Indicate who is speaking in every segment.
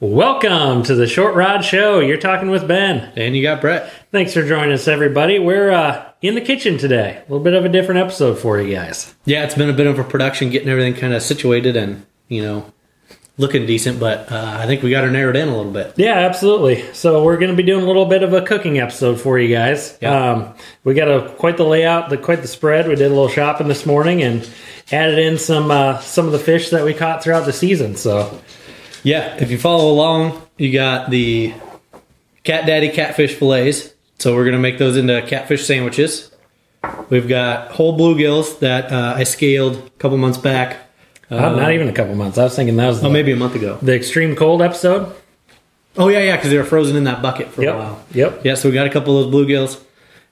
Speaker 1: Welcome to the Short Rod Show. You're talking with Ben.
Speaker 2: And you got Brett.
Speaker 1: Thanks for joining us, everybody. We're uh, in the kitchen today. A little bit of a different episode for you guys.
Speaker 2: Yeah, it's been a bit of a production getting everything kind of situated and, you know, looking decent, but uh, I think we got her narrowed in a little bit.
Speaker 1: Yeah, absolutely. So we're going to be doing a little bit of a cooking episode for you guys.
Speaker 2: Yeah.
Speaker 1: Um, we got a quite the layout, the, quite the spread. We did a little shopping this morning and added in some uh, some of the fish that we caught throughout the season. So
Speaker 2: Yeah, if you follow along, you got the Cat Daddy catfish fillets. So we're going to make those into catfish sandwiches. We've got whole bluegills that uh, I scaled a couple months back,
Speaker 1: uh, not even a couple months. I was thinking that was the,
Speaker 2: oh, maybe a month ago.
Speaker 1: the extreme cold episode.
Speaker 2: Oh, yeah, yeah, because they were frozen in that bucket for
Speaker 1: Yep.
Speaker 2: a while.
Speaker 1: Yep.
Speaker 2: Yeah, so we got a couple of those bluegills,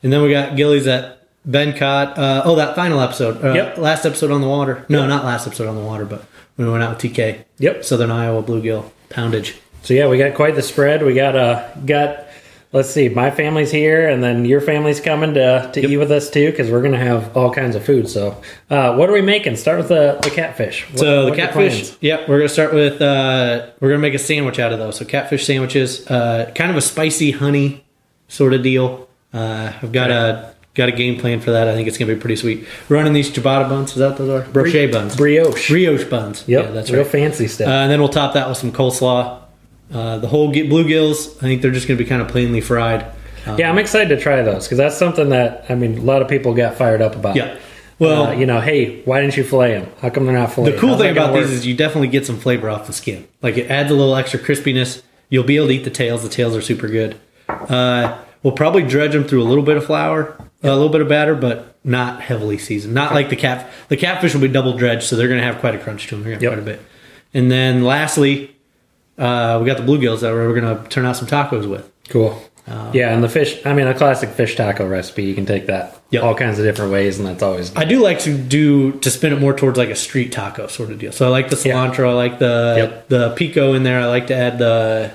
Speaker 2: and then we got gillies that Ben caught. Uh, oh, that final episode. Uh,
Speaker 1: Yep.
Speaker 2: Last episode on the water. No, not last episode on the water, but when we went out with TK.
Speaker 1: Yep.
Speaker 2: Southern Iowa bluegill poundage.
Speaker 1: So yeah, we got quite the spread. We got uh got let's see, my family's here, and then your family's coming to to eat with us too, because we're gonna have all kinds of food. So uh, what are we making? Start with the the catfish. What-
Speaker 2: So
Speaker 1: what
Speaker 2: the
Speaker 1: are your
Speaker 2: catfish.
Speaker 1: plans?
Speaker 2: Yep, we're gonna start with. Uh, we're gonna make a sandwich out of those. So catfish sandwiches, uh, kind of a spicy honey sort of deal. Uh, I've got a got a game plan for that. I think it's gonna be pretty sweet. Running these ciabatta buns. Is that what those are brochet buns?
Speaker 1: brioche.
Speaker 2: brioche buns.
Speaker 1: Yep,
Speaker 2: yeah, that's
Speaker 1: real
Speaker 2: right.
Speaker 1: fancy stuff.
Speaker 2: Uh, and then we'll top that with some coleslaw. Uh, the whole get bluegills, I think they're just going to be kind of plainly fried. Uh,
Speaker 1: yeah, I'm excited to try those because that's something that I mean a lot of people got fired up about.
Speaker 2: yeah. Well,
Speaker 1: Uh, you know, hey, why didn't you fillet them? How come they're not filleted?
Speaker 2: the cool thing about these is you definitely get some flavor off the skin. Like it adds a little extra crispiness. You'll be able to eat the tails. The tails are super good. Uh, we'll probably dredge them through a little bit of flour, a little bit of batter, but not heavily seasoned. Not like the cat. The catfish will be double dredged, so they're going to have quite a crunch to them. They're going to
Speaker 1: Yep.
Speaker 2: have quite a bit. And then lastly, uh, we got the bluegills that we're going to turn out some tacos with.
Speaker 1: Cool.
Speaker 2: Uh,
Speaker 1: yeah, and the fish. I mean, a classic fish taco recipe. You can take that
Speaker 2: Yep.
Speaker 1: all kinds of different ways, and that's always
Speaker 2: I do like to do to spin it more towards like a street taco sort of deal. So I like the cilantro, I like the
Speaker 1: Yep.
Speaker 2: the pico in there. I like to add the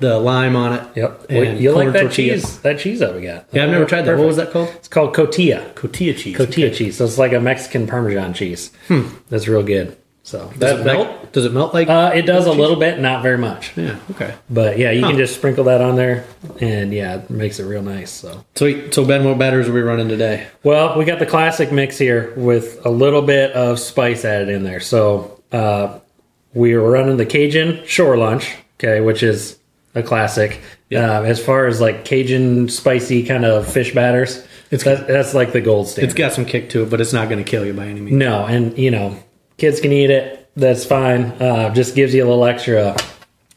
Speaker 2: the lime on it.
Speaker 1: Yep.
Speaker 2: And
Speaker 1: Well, you like
Speaker 2: corn
Speaker 1: that
Speaker 2: tortilla.
Speaker 1: cheese? That cheese that we got?
Speaker 2: Yeah, I've never tried that. What was that called?
Speaker 1: It's called cotija.
Speaker 2: Cotija cheese.
Speaker 1: Cotija cheese. So it's like a Mexican Parmesan cheese. Hmm. That's real good. So
Speaker 2: Does it melt? Does it melt like?
Speaker 1: Uh, it does a little bit, not very much.
Speaker 2: yeah. Okay.
Speaker 1: But yeah, you can just sprinkle that on there, and yeah, it makes it real nice. So
Speaker 2: So so Ben, what batters are we running today?
Speaker 1: Well, we got the classic mix here with a little bit of spice added in there. So uh, we were running the Cajun shore lunch, okay, which is a classic. Uh, as far as like Cajun spicy kind of fish batters, it's that, that's like the gold standard.
Speaker 2: It's got some kick to it, but it's not going to kill you by any means.
Speaker 1: no, and you know, kids can eat it. That's fine. Uh, just gives you a little extra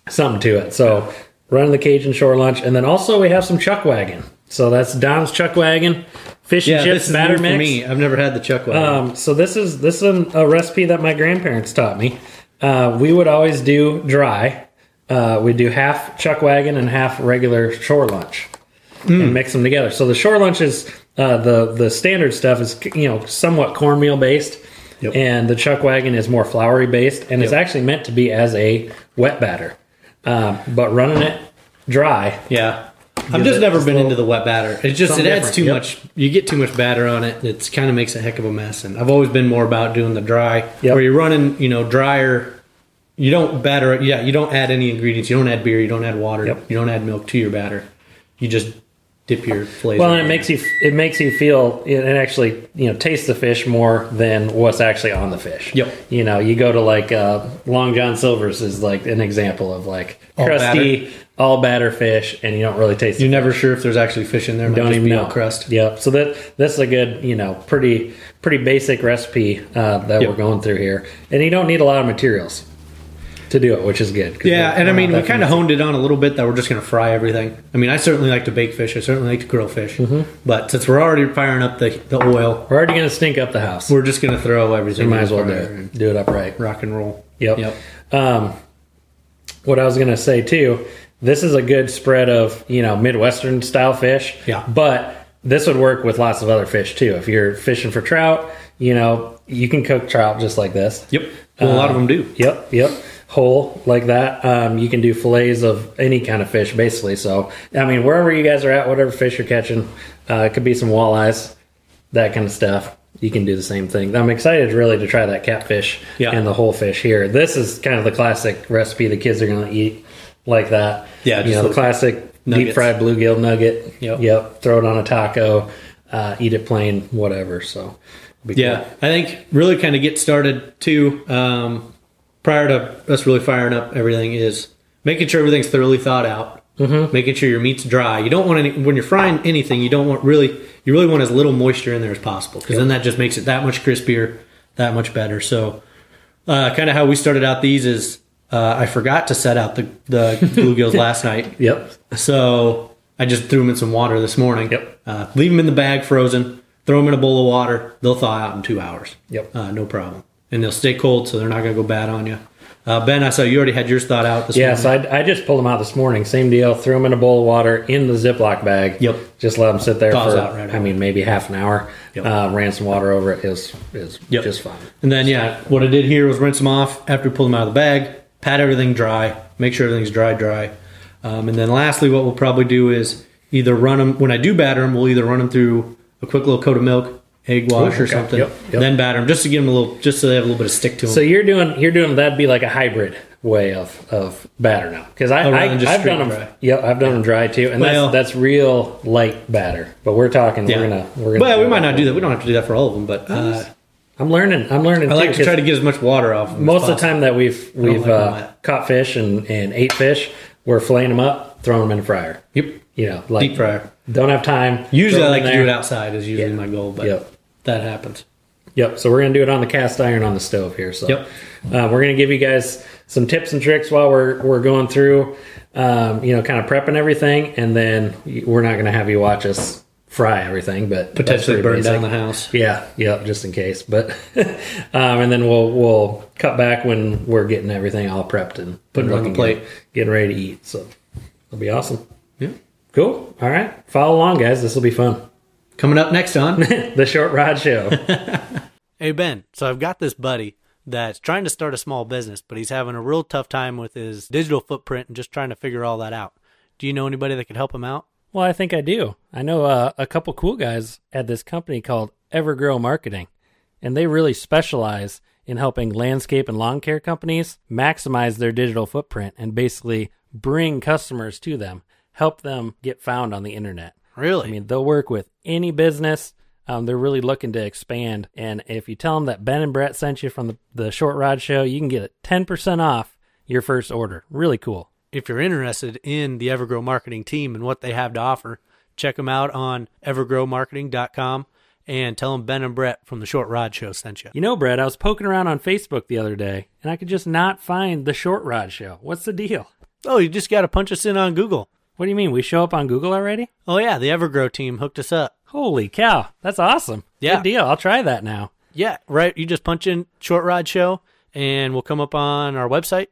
Speaker 1: something to it. So running the Cajun shore lunch, and then also we have some chuck wagon. So that's Don's chuck wagon, fish
Speaker 2: Yeah,
Speaker 1: and chips
Speaker 2: this is
Speaker 1: batter
Speaker 2: new
Speaker 1: mix.
Speaker 2: for me. I've never had the chuck wagon.
Speaker 1: Um, so this is this is an, a recipe that my grandparents taught me. Uh, we would always do dry. Uh, we do half chuck wagon and half regular shore lunch, and mix them together. So the shore lunch is uh, the the standard stuff is you know somewhat cornmeal based,
Speaker 2: Yep.
Speaker 1: and the chuck wagon is more floury based, and it's actually meant to be as a wet batter. Um, but running it dry,
Speaker 2: yeah. I've
Speaker 1: Give
Speaker 2: just
Speaker 1: it
Speaker 2: never
Speaker 1: just
Speaker 2: been
Speaker 1: a
Speaker 2: into the wet batter. It just it
Speaker 1: something
Speaker 2: adds
Speaker 1: different.
Speaker 2: too
Speaker 1: Yep.
Speaker 2: much. You get too much batter on it. It kind of makes a heck of a mess. And I've always been more about doing the dry,
Speaker 1: Yep.
Speaker 2: where you're running, you know, drier. You don't batter it. Yeah, you don't add any ingredients. You don't add beer. You don't add water.
Speaker 1: Yep.
Speaker 2: You don't add milk to your batter. You just dip your flavor.
Speaker 1: Well, and
Speaker 2: in
Speaker 1: it makes you it makes you feel and actually you know taste the fish more than what's actually on the fish.
Speaker 2: Yep.
Speaker 1: You know, you go to like uh, Long John Silver's is like an example of like
Speaker 2: All
Speaker 1: crusty all batter fish, and you don't really taste.
Speaker 2: You're never sure if there's actually fish in there. It might
Speaker 1: don't
Speaker 2: just
Speaker 1: even
Speaker 2: be
Speaker 1: know
Speaker 2: all crust.
Speaker 1: Yep. So that that's a good you know pretty pretty basic recipe uh, that
Speaker 2: Yep.
Speaker 1: we're going through here, and you don't need a lot of materials to do it, which is good. 'cause
Speaker 2: Yeah,
Speaker 1: we're-
Speaker 2: and I
Speaker 1: we're
Speaker 2: mean,
Speaker 1: not
Speaker 2: we
Speaker 1: that
Speaker 2: kind of honed it on a little bit that we're just going to fry everything. I mean, I certainly like to bake fish. I certainly like to grill fish.
Speaker 1: Mm-hmm.
Speaker 2: But since we're already firing up the, the oil,
Speaker 1: We're already going to stink up the house. We
Speaker 2: we're just going to throw everything.
Speaker 1: might
Speaker 2: in
Speaker 1: as
Speaker 2: the
Speaker 1: well do
Speaker 2: fryer and
Speaker 1: it. Do it upright.
Speaker 2: Rock and roll.
Speaker 1: Yep. Um, what I was going to say too, this is a good spread of you know Midwestern style fish.
Speaker 2: Yeah.
Speaker 1: But this would work with lots of other fish too. If you're fishing for trout, you know you can cook trout just like this.
Speaker 2: Yep. Well, a lot of them do.
Speaker 1: Yep. Yep. Whole like that. Um, you can do fillets of any kind of fish, basically. So I mean, wherever you guys are at, whatever fish you're catching, uh, it could be some walleyes, that kind of stuff. You can do the same thing. I'm excited really to try that catfish
Speaker 2: Yeah.
Speaker 1: and the whole fish here. This is kind of the classic recipe the kids are going to eat. like that.
Speaker 2: Yeah,
Speaker 1: you
Speaker 2: just
Speaker 1: know, the
Speaker 2: those
Speaker 1: classic deep
Speaker 2: nuggets.
Speaker 1: fried bluegill nugget.
Speaker 2: Yep.
Speaker 1: yep. Throw it on a taco, uh, eat it plain, whatever. So, be cool.
Speaker 2: Yeah, I think really kind of get started too. Um, prior to us really firing up everything is making sure everything's thoroughly thawed out, mm-hmm. making sure your meat's dry. You don't want any when you're frying anything. You don't want really you really want as little moisture in there as possible because then that just makes it that much crispier, that much better. So, uh, kind of how we started out these is uh, I forgot to set out the the bluegills last night.
Speaker 1: Yep.
Speaker 2: So I just threw them in some water this morning.
Speaker 1: Yep.
Speaker 2: Uh, leave them in the bag frozen. Throw them in a bowl of water. They'll thaw out in two hours.
Speaker 1: Yep.
Speaker 2: Uh, no problem. And they'll stay cold, so they're not going to go bad on you. Uh, ben, I saw you already had yours thawed out this
Speaker 1: Yeah,
Speaker 2: morning.
Speaker 1: so I, I just pulled them out this morning. Same deal. Threw them in a bowl of water in the Ziploc bag.
Speaker 2: Yep.
Speaker 1: Just let them sit there
Speaker 2: Thaws
Speaker 1: for,
Speaker 2: out right
Speaker 1: I mean, maybe half an hour.
Speaker 2: Yep.
Speaker 1: Uh, ran some water over it. It was, it was
Speaker 2: Yep.
Speaker 1: just fine.
Speaker 2: And then, yeah, what I did here was rinse them off after we pulled them out of the bag, pat everything dry, make sure everything's dry, dry. Um, and then, lastly, what we'll probably do is either run them, when I do batter them, we'll either run them through a quick little coat of milk, egg wash, or
Speaker 1: Oh, okay.
Speaker 2: something,
Speaker 1: Yep, yep.
Speaker 2: then batter them just to give them a little, just so they have a little bit of stick to them.
Speaker 1: So you're doing you're doing that'd be like a hybrid way of of batter now because I,
Speaker 2: rather
Speaker 1: I
Speaker 2: than Oh, just
Speaker 1: I've
Speaker 2: straight
Speaker 1: done them
Speaker 2: dry.
Speaker 1: yep I've done them dry too and
Speaker 2: Well-
Speaker 1: that's that's real light batter but we're talking we're gonna we're gonna
Speaker 2: well, we might not do that. We don't have to do that for all of them, but uh,
Speaker 1: I'm learning I'm learning
Speaker 2: I
Speaker 1: too,
Speaker 2: like to
Speaker 1: 'cause
Speaker 2: try to get as much water off. Them
Speaker 1: most of
Speaker 2: as
Speaker 1: the
Speaker 2: possible.
Speaker 1: time that we've we've
Speaker 2: like them
Speaker 1: uh,
Speaker 2: wet.
Speaker 1: caught fish and and ate fish we're flaying them up throwing them in a fryer
Speaker 2: Yep.
Speaker 1: you know like
Speaker 2: Deep fryer.
Speaker 1: don't have time
Speaker 2: Usually, I
Speaker 1: throw them
Speaker 2: like to
Speaker 1: in
Speaker 2: do it
Speaker 1: there.
Speaker 2: outside. Is usually
Speaker 1: Yeah.
Speaker 2: my goal, but
Speaker 1: Yep.
Speaker 2: that happens.
Speaker 1: Yep. So we're gonna do it on the cast iron on the stove here. So
Speaker 2: Yep.
Speaker 1: uh, we're gonna give you guys some tips and tricks while we're we're going through, um, you know, kind of prepping everything, and then y- we're not gonna have you watch us fry everything, but
Speaker 2: Potentially
Speaker 1: that's pretty
Speaker 2: burn down the
Speaker 1: basic.
Speaker 2: house.
Speaker 1: Yeah. Yep. Just in case, but um, and then we'll we'll cut back when we're getting everything all prepped and
Speaker 2: Put it on the
Speaker 1: looking
Speaker 2: plate.
Speaker 1: good, getting ready to eat. So it'll be awesome.
Speaker 2: Yeah.
Speaker 1: Cool. All right. Follow along, guys. This will be fun.
Speaker 2: Coming up next on.
Speaker 1: the short rod show.
Speaker 2: Hey Ben, so I've got this buddy that's trying to start a small business, but he's having a real tough time with his digital footprint and just trying to figure all that out. Do you know anybody that could help him out?
Speaker 1: Well, I think I do. I know uh, a couple cool guys at this company called Evergrow Marketing, and they really specialize in helping landscape and lawn care companies maximize their digital footprint and basically bring customers to them, help them get found on the internet.
Speaker 2: Really?
Speaker 1: I mean, they'll work with any business. Um, they're really looking to expand. And if you tell them that Ben and Brett sent you from the, the Short Rod Show, you can get it 10% off your first order. Really cool.
Speaker 2: If you're interested in the Evergrow marketing team and what they have to offer, check them out on evergrowmarketing.com and tell them Ben and Brett from the Short Rod Show sent you.
Speaker 1: You know, Brad, I was poking around on Facebook the other day and I could just not find the short rod show. What's the deal?
Speaker 2: Oh, you just got to punch us in on Google.
Speaker 1: What do you mean? We show up on Google already?
Speaker 2: Oh, yeah, the Evergrow team hooked us up.
Speaker 1: Holy cow. That's awesome.
Speaker 2: Yeah.
Speaker 1: Good deal. I'll try that now.
Speaker 2: Yeah, right. You just punch in Short Rod Show and we'll come up on our website,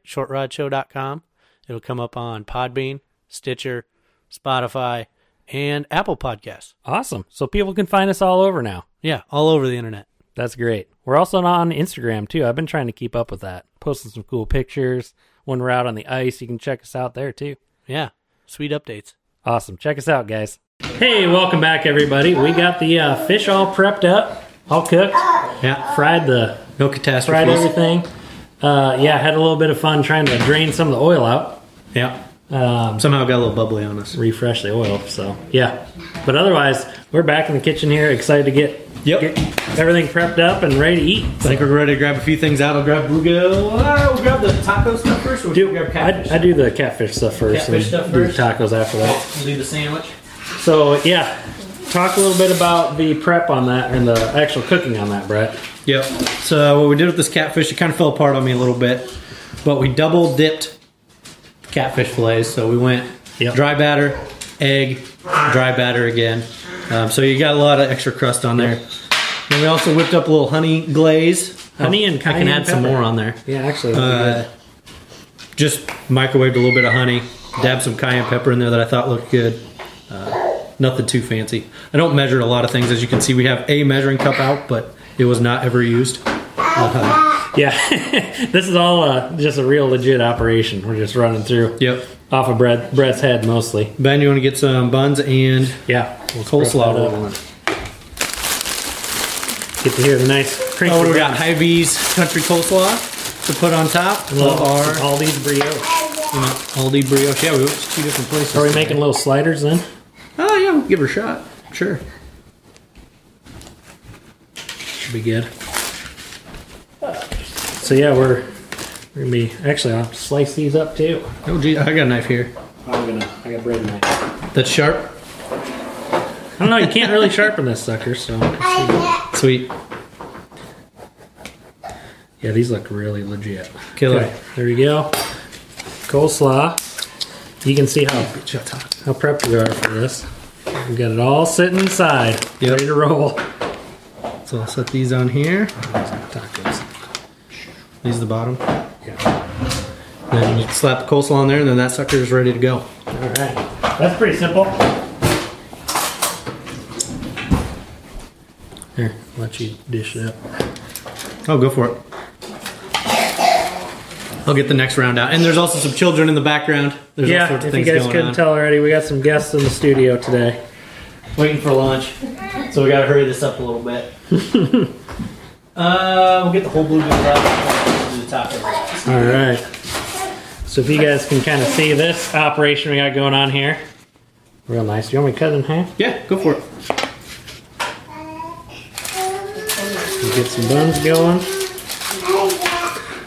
Speaker 2: shortrodshow.com. It'll come up on Podbean, Stitcher, Spotify, and Apple Podcasts.
Speaker 1: Awesome. So people can find us all over now.
Speaker 2: Yeah, all over the internet.
Speaker 1: That's great. We're also on Instagram too. I've been trying to keep up with that, posting some cool pictures. When we're out on the ice, you can check us out there too.
Speaker 2: Yeah, sweet updates.
Speaker 1: Awesome. Check us out, guys. Hey, welcome back, everybody. We got the uh, fish all prepped up, all cooked,
Speaker 2: Yeah,
Speaker 1: fried the
Speaker 2: no
Speaker 1: fried
Speaker 2: catastrophes.
Speaker 1: everything. Uh, yeah, had a little bit of fun trying to drain some of the oil out,
Speaker 2: Yeah,
Speaker 1: um,
Speaker 2: somehow got a little bubbly on us.
Speaker 1: refresh the oil. So yeah, but otherwise we're back in the kitchen here, excited to get
Speaker 2: Yep.
Speaker 1: get everything prepped up and ready to eat.
Speaker 2: I think we're ready to grab a few things out. I'll grab bluegill. Uh, we'll grab the taco stuff first. Or we
Speaker 1: Do
Speaker 2: can grab
Speaker 1: I, I
Speaker 2: catfish.
Speaker 1: do the catfish stuff first,
Speaker 2: Catfish stuff
Speaker 1: do
Speaker 2: first.
Speaker 1: the tacos after that.
Speaker 2: We'll do the sandwich.
Speaker 1: So yeah, talk a little bit about the prep on that and the actual cooking on that, Brett.
Speaker 2: Yep. So what we did with this catfish, it kind of fell apart on me a little bit, but we double dipped catfish fillets. So we went
Speaker 1: Yep.
Speaker 2: dry batter, egg, dry batter again. Um, so you got a lot of extra crust on there. Then we also whipped up a little honey glaze.
Speaker 1: Honey and
Speaker 2: I can
Speaker 1: cayenne
Speaker 2: add some
Speaker 1: pepper.
Speaker 2: more on there.
Speaker 1: Yeah, actually,
Speaker 2: Uh, just microwaved a little bit of honey, dabbed some cayenne pepper in there that I thought looked good. Uh, nothing too fancy. I don't measure a lot of things, as you can see. We have a measuring cup out, but it was not ever used.
Speaker 1: yeah, this is all uh, just a real legit operation. We're just running through.
Speaker 2: Yep.
Speaker 1: Off of Brett, Brett's head mostly.
Speaker 2: Ben, you want to get some buns and
Speaker 1: Yeah. We'll
Speaker 2: coleslaw
Speaker 1: prep that
Speaker 2: roll.
Speaker 1: up. Get to hear the nice crinkly.
Speaker 2: Oh, what do we got?
Speaker 1: buns.
Speaker 2: Hy-Vee's country coleslaw to put on top of
Speaker 1: Love
Speaker 2: our
Speaker 1: all these brioche.
Speaker 2: you know, Aldi brioche. Yeah, we went to two different places.
Speaker 1: Are we
Speaker 2: today.
Speaker 1: making little sliders then?
Speaker 2: Oh yeah, we'll give her a shot. Sure.
Speaker 1: Should be good. So yeah, we're we're gonna be actually I'll slice these up too.
Speaker 2: Oh gee, I got a knife here.
Speaker 1: I'm gonna I got bread knife.
Speaker 2: That's sharp.
Speaker 1: I don't know, you can't really sharpen this sucker, so
Speaker 2: Sweet.
Speaker 1: yeah, these look really legit.
Speaker 2: Killer.
Speaker 1: Okay, there we go. Coleslaw. You can see how
Speaker 2: Bitch, that's hot.
Speaker 1: how prepped we are for this. We got it all sitting inside,
Speaker 2: Yep.
Speaker 1: ready to roll.
Speaker 2: So I'll set these on here.
Speaker 1: Tacos.
Speaker 2: These are the bottom.
Speaker 1: Yeah.
Speaker 2: Then you slap the coleslaw on there, and then that sucker is ready to go.
Speaker 1: All right. That's pretty simple. Here, I'll let you dish it up.
Speaker 2: Oh, go for it. I'll get the next round out. And there's also some children in the background. There's all
Speaker 1: yeah,
Speaker 2: sorts
Speaker 1: if
Speaker 2: of
Speaker 1: you
Speaker 2: things
Speaker 1: guys
Speaker 2: going
Speaker 1: couldn't
Speaker 2: on.
Speaker 1: tell already, we got some guests in the studio today.
Speaker 2: Waiting for lunch. So we gotta hurry this up a little bit. uh, we'll get the whole blue goose out to the top of it.
Speaker 1: All right. So if you guys can kind of see this operation we got going on here, real nice. You want me to cut it in half?
Speaker 2: Yeah, go for it.
Speaker 1: We'll get some buns going.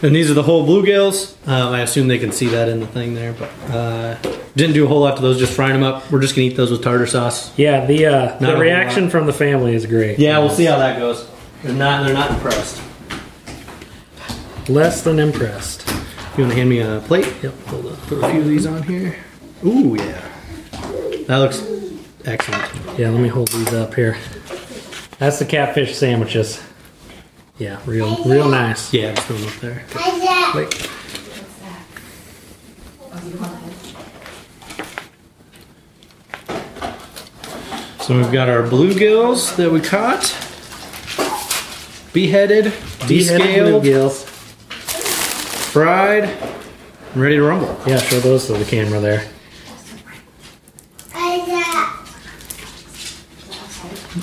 Speaker 2: And these are the whole bluegills. Um, I assume they can see that in the thing there, but uh, didn't do a whole lot to those. Just frying them up. We're just gonna eat those with tartar sauce.
Speaker 1: Yeah, the uh,
Speaker 2: a
Speaker 1: the
Speaker 2: whole
Speaker 1: reaction from the family is great.
Speaker 2: Yeah, we'll see how that goes. They're not. They're not impressed.
Speaker 1: Less than impressed.
Speaker 2: You want to hand me a plate? Yep. Hold on. Put a few of these on here. Ooh yeah. That looks excellent.
Speaker 1: Yeah, let me hold these up here. That's the catfish sandwiches. Yeah, real real nice.
Speaker 2: Yeah, just throw them up there. Plate. So we've got our bluegills that we caught, beheaded,
Speaker 1: Beheaded
Speaker 2: descaled,
Speaker 1: bluegills.
Speaker 2: fried, and ready to rumble.
Speaker 1: Yeah, show those to the camera there.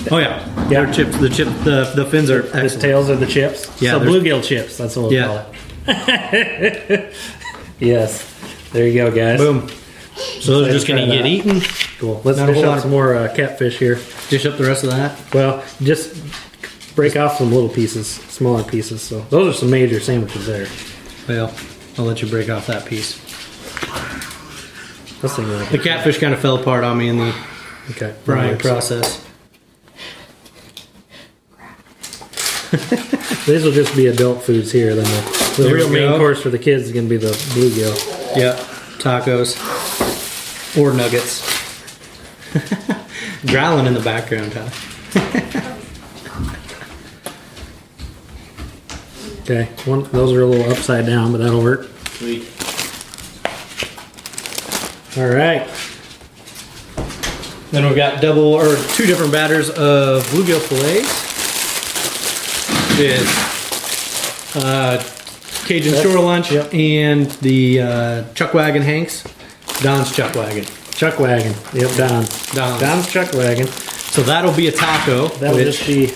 Speaker 2: Oh yeah, yeah. Our chips, the chip, the the fins are
Speaker 1: His
Speaker 2: excellent.
Speaker 1: tails are the chips.
Speaker 2: Yeah,
Speaker 1: so
Speaker 2: there's-
Speaker 1: bluegill chips. That's what we'll
Speaker 2: Yeah.
Speaker 1: call it. yes. There you go, guys.
Speaker 2: Boom. So those are just gonna
Speaker 1: Try
Speaker 2: get
Speaker 1: that.
Speaker 2: eaten.
Speaker 1: Cool. Let's
Speaker 2: Not a
Speaker 1: dish
Speaker 2: whole
Speaker 1: up
Speaker 2: lot
Speaker 1: some more uh, catfish here.
Speaker 2: Dish up the rest of that.
Speaker 1: Well, just break off some little pieces, smaller pieces. So those are some major sandwiches there.
Speaker 2: Well, I'll let you break off that piece.
Speaker 1: This thing
Speaker 2: The
Speaker 1: really
Speaker 2: catfish kind of fell apart on me in the
Speaker 1: okay.
Speaker 2: frying
Speaker 1: Nice.
Speaker 2: process.
Speaker 1: These will just be adult foods here. Then the, the
Speaker 2: There
Speaker 1: real
Speaker 2: we
Speaker 1: main
Speaker 2: go.
Speaker 1: course for the kids is going to be the bluegill.
Speaker 2: Yep. Tacos or nuggets. Growling in the background, huh?
Speaker 1: Okay, one those are a little upside down, but that'll work.
Speaker 2: Sweet.
Speaker 1: All right,
Speaker 2: Then we've got double or two different batters of bluegill fillets with uh, Cajun
Speaker 1: Yep.
Speaker 2: shore lunch
Speaker 1: Yep.
Speaker 2: and the uh, chuck wagon Hanks, Don's chuck wagon.
Speaker 1: chuck wagon. Yep, Don.
Speaker 2: Don.
Speaker 1: Don's chuck wagon.
Speaker 2: So that'll be a taco.
Speaker 1: That'll
Speaker 2: which-
Speaker 1: just be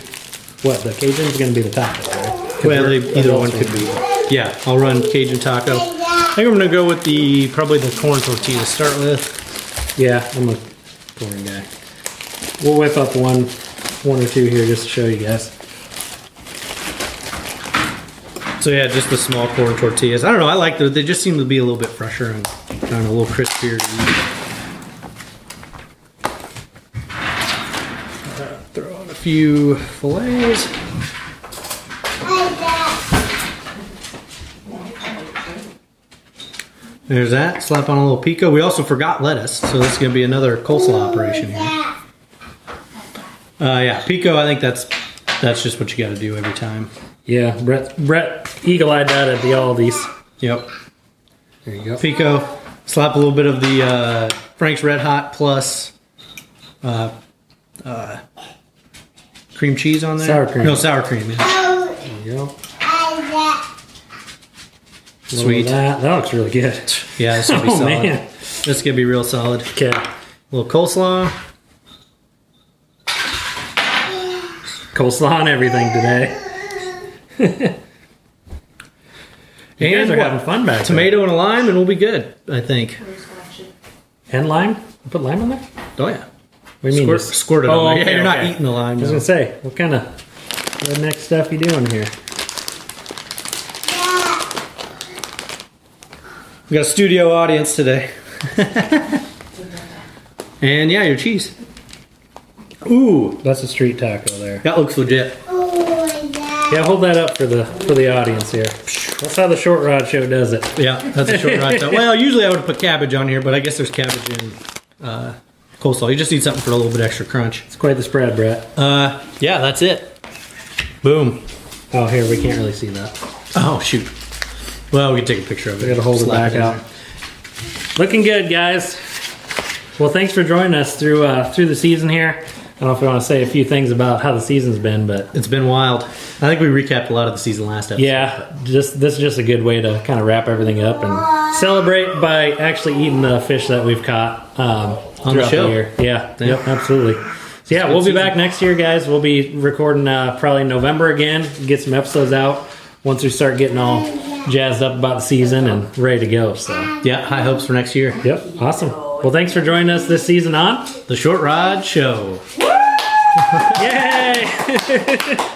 Speaker 1: what the Cajun's going to be the top. Right?
Speaker 2: Well,
Speaker 1: They're
Speaker 2: they- either one
Speaker 1: adult
Speaker 2: could
Speaker 1: foods.
Speaker 2: be. Yeah, I'll run Cajun taco. I think I'm gonna go with the probably the corn tortilla to start with.
Speaker 1: Yeah, I'm a corn guy. We'll whip up one, one or two here just to show you guys.
Speaker 2: So yeah, just the small corn tortillas. I don't know. I like those. They just seem to be a little bit fresher and kind of a little crispier. To eat. Uh, Throw on a few fillets. There's that. Slap on a little pico. We also forgot lettuce, so this is gonna be another coleslaw operation here. Uh, yeah, pico. I think that's that's just what you got to do every time.
Speaker 1: Yeah, Brett, Brett, eagle-eyed out at the Aldi's.
Speaker 2: Yep.
Speaker 1: There you go.
Speaker 2: Pico, slap a little bit of the uh, Frank's Red Hot plus uh, uh, cream cheese on there.
Speaker 1: Sour cream.
Speaker 2: No, sour cream. Yeah.
Speaker 1: There you go. A little of
Speaker 2: Sweet.
Speaker 1: That. that looks really good.
Speaker 2: Yeah, this will be
Speaker 1: Oh,
Speaker 2: solid.
Speaker 1: man.
Speaker 2: This is going to be real solid.
Speaker 1: Okay.
Speaker 2: little coleslaw.
Speaker 1: Coleslaw and everything today. You guys
Speaker 2: And
Speaker 1: are
Speaker 2: what?
Speaker 1: having fun back there.
Speaker 2: Tomato and a lime, and we'll be good. I think.
Speaker 3: Where's watching?
Speaker 1: And lime? You put lime on there?
Speaker 2: Oh yeah.
Speaker 1: What do you
Speaker 2: Squirt,
Speaker 1: mean? just-
Speaker 2: squirt it on
Speaker 1: Oh,
Speaker 2: there. Yeah,
Speaker 1: okay,
Speaker 2: you're not
Speaker 1: okay.
Speaker 2: eating the lime.
Speaker 1: I was
Speaker 2: no.
Speaker 1: gonna say, what kind of redneck stuff you doing here?
Speaker 2: We got a studio audience today. and yeah, your cheese. Ooh,
Speaker 1: That's a street taco there.
Speaker 2: that looks legit.
Speaker 1: Yeah, hold that up for the for the audience here. That's how the short rod show does it.
Speaker 2: Yeah, that's a short ride. Well, usually I would put cabbage on here, but I guess there's cabbage in uh, coleslaw. You just need something for a little bit extra crunch.
Speaker 1: It's quite the spread, Brett.
Speaker 2: Uh, yeah, that's it. Boom.
Speaker 1: Oh, here we can't really see that.
Speaker 2: Oh shoot. Well, we can take a picture of it.
Speaker 1: We gotta hold it
Speaker 2: Slap
Speaker 1: back
Speaker 2: in
Speaker 1: out. Looking good, guys. Well, thanks for joining us through uh, through the season here. I don't know if we want to say a few things about how the season's been, but
Speaker 2: It's been wild. I think we recapped a lot of the season last episode.
Speaker 1: Yeah, just this is just a good way to kind of wrap everything up and celebrate by actually eating the fish that we've caught um,
Speaker 2: the
Speaker 1: throughout
Speaker 2: show.
Speaker 1: year. Yeah,
Speaker 2: Yeah.
Speaker 1: yep, absolutely. So yeah,
Speaker 2: good
Speaker 1: we'll be
Speaker 2: season.
Speaker 1: back next year, guys. We'll be recording uh, probably November again. Get some episodes out once we start getting all jazzed up about the season and ready to go. So
Speaker 2: Yeah, high hopes for next year.
Speaker 1: yep, awesome. Well, thanks for joining us this season on.
Speaker 2: The Short Rod Show.
Speaker 1: Yay!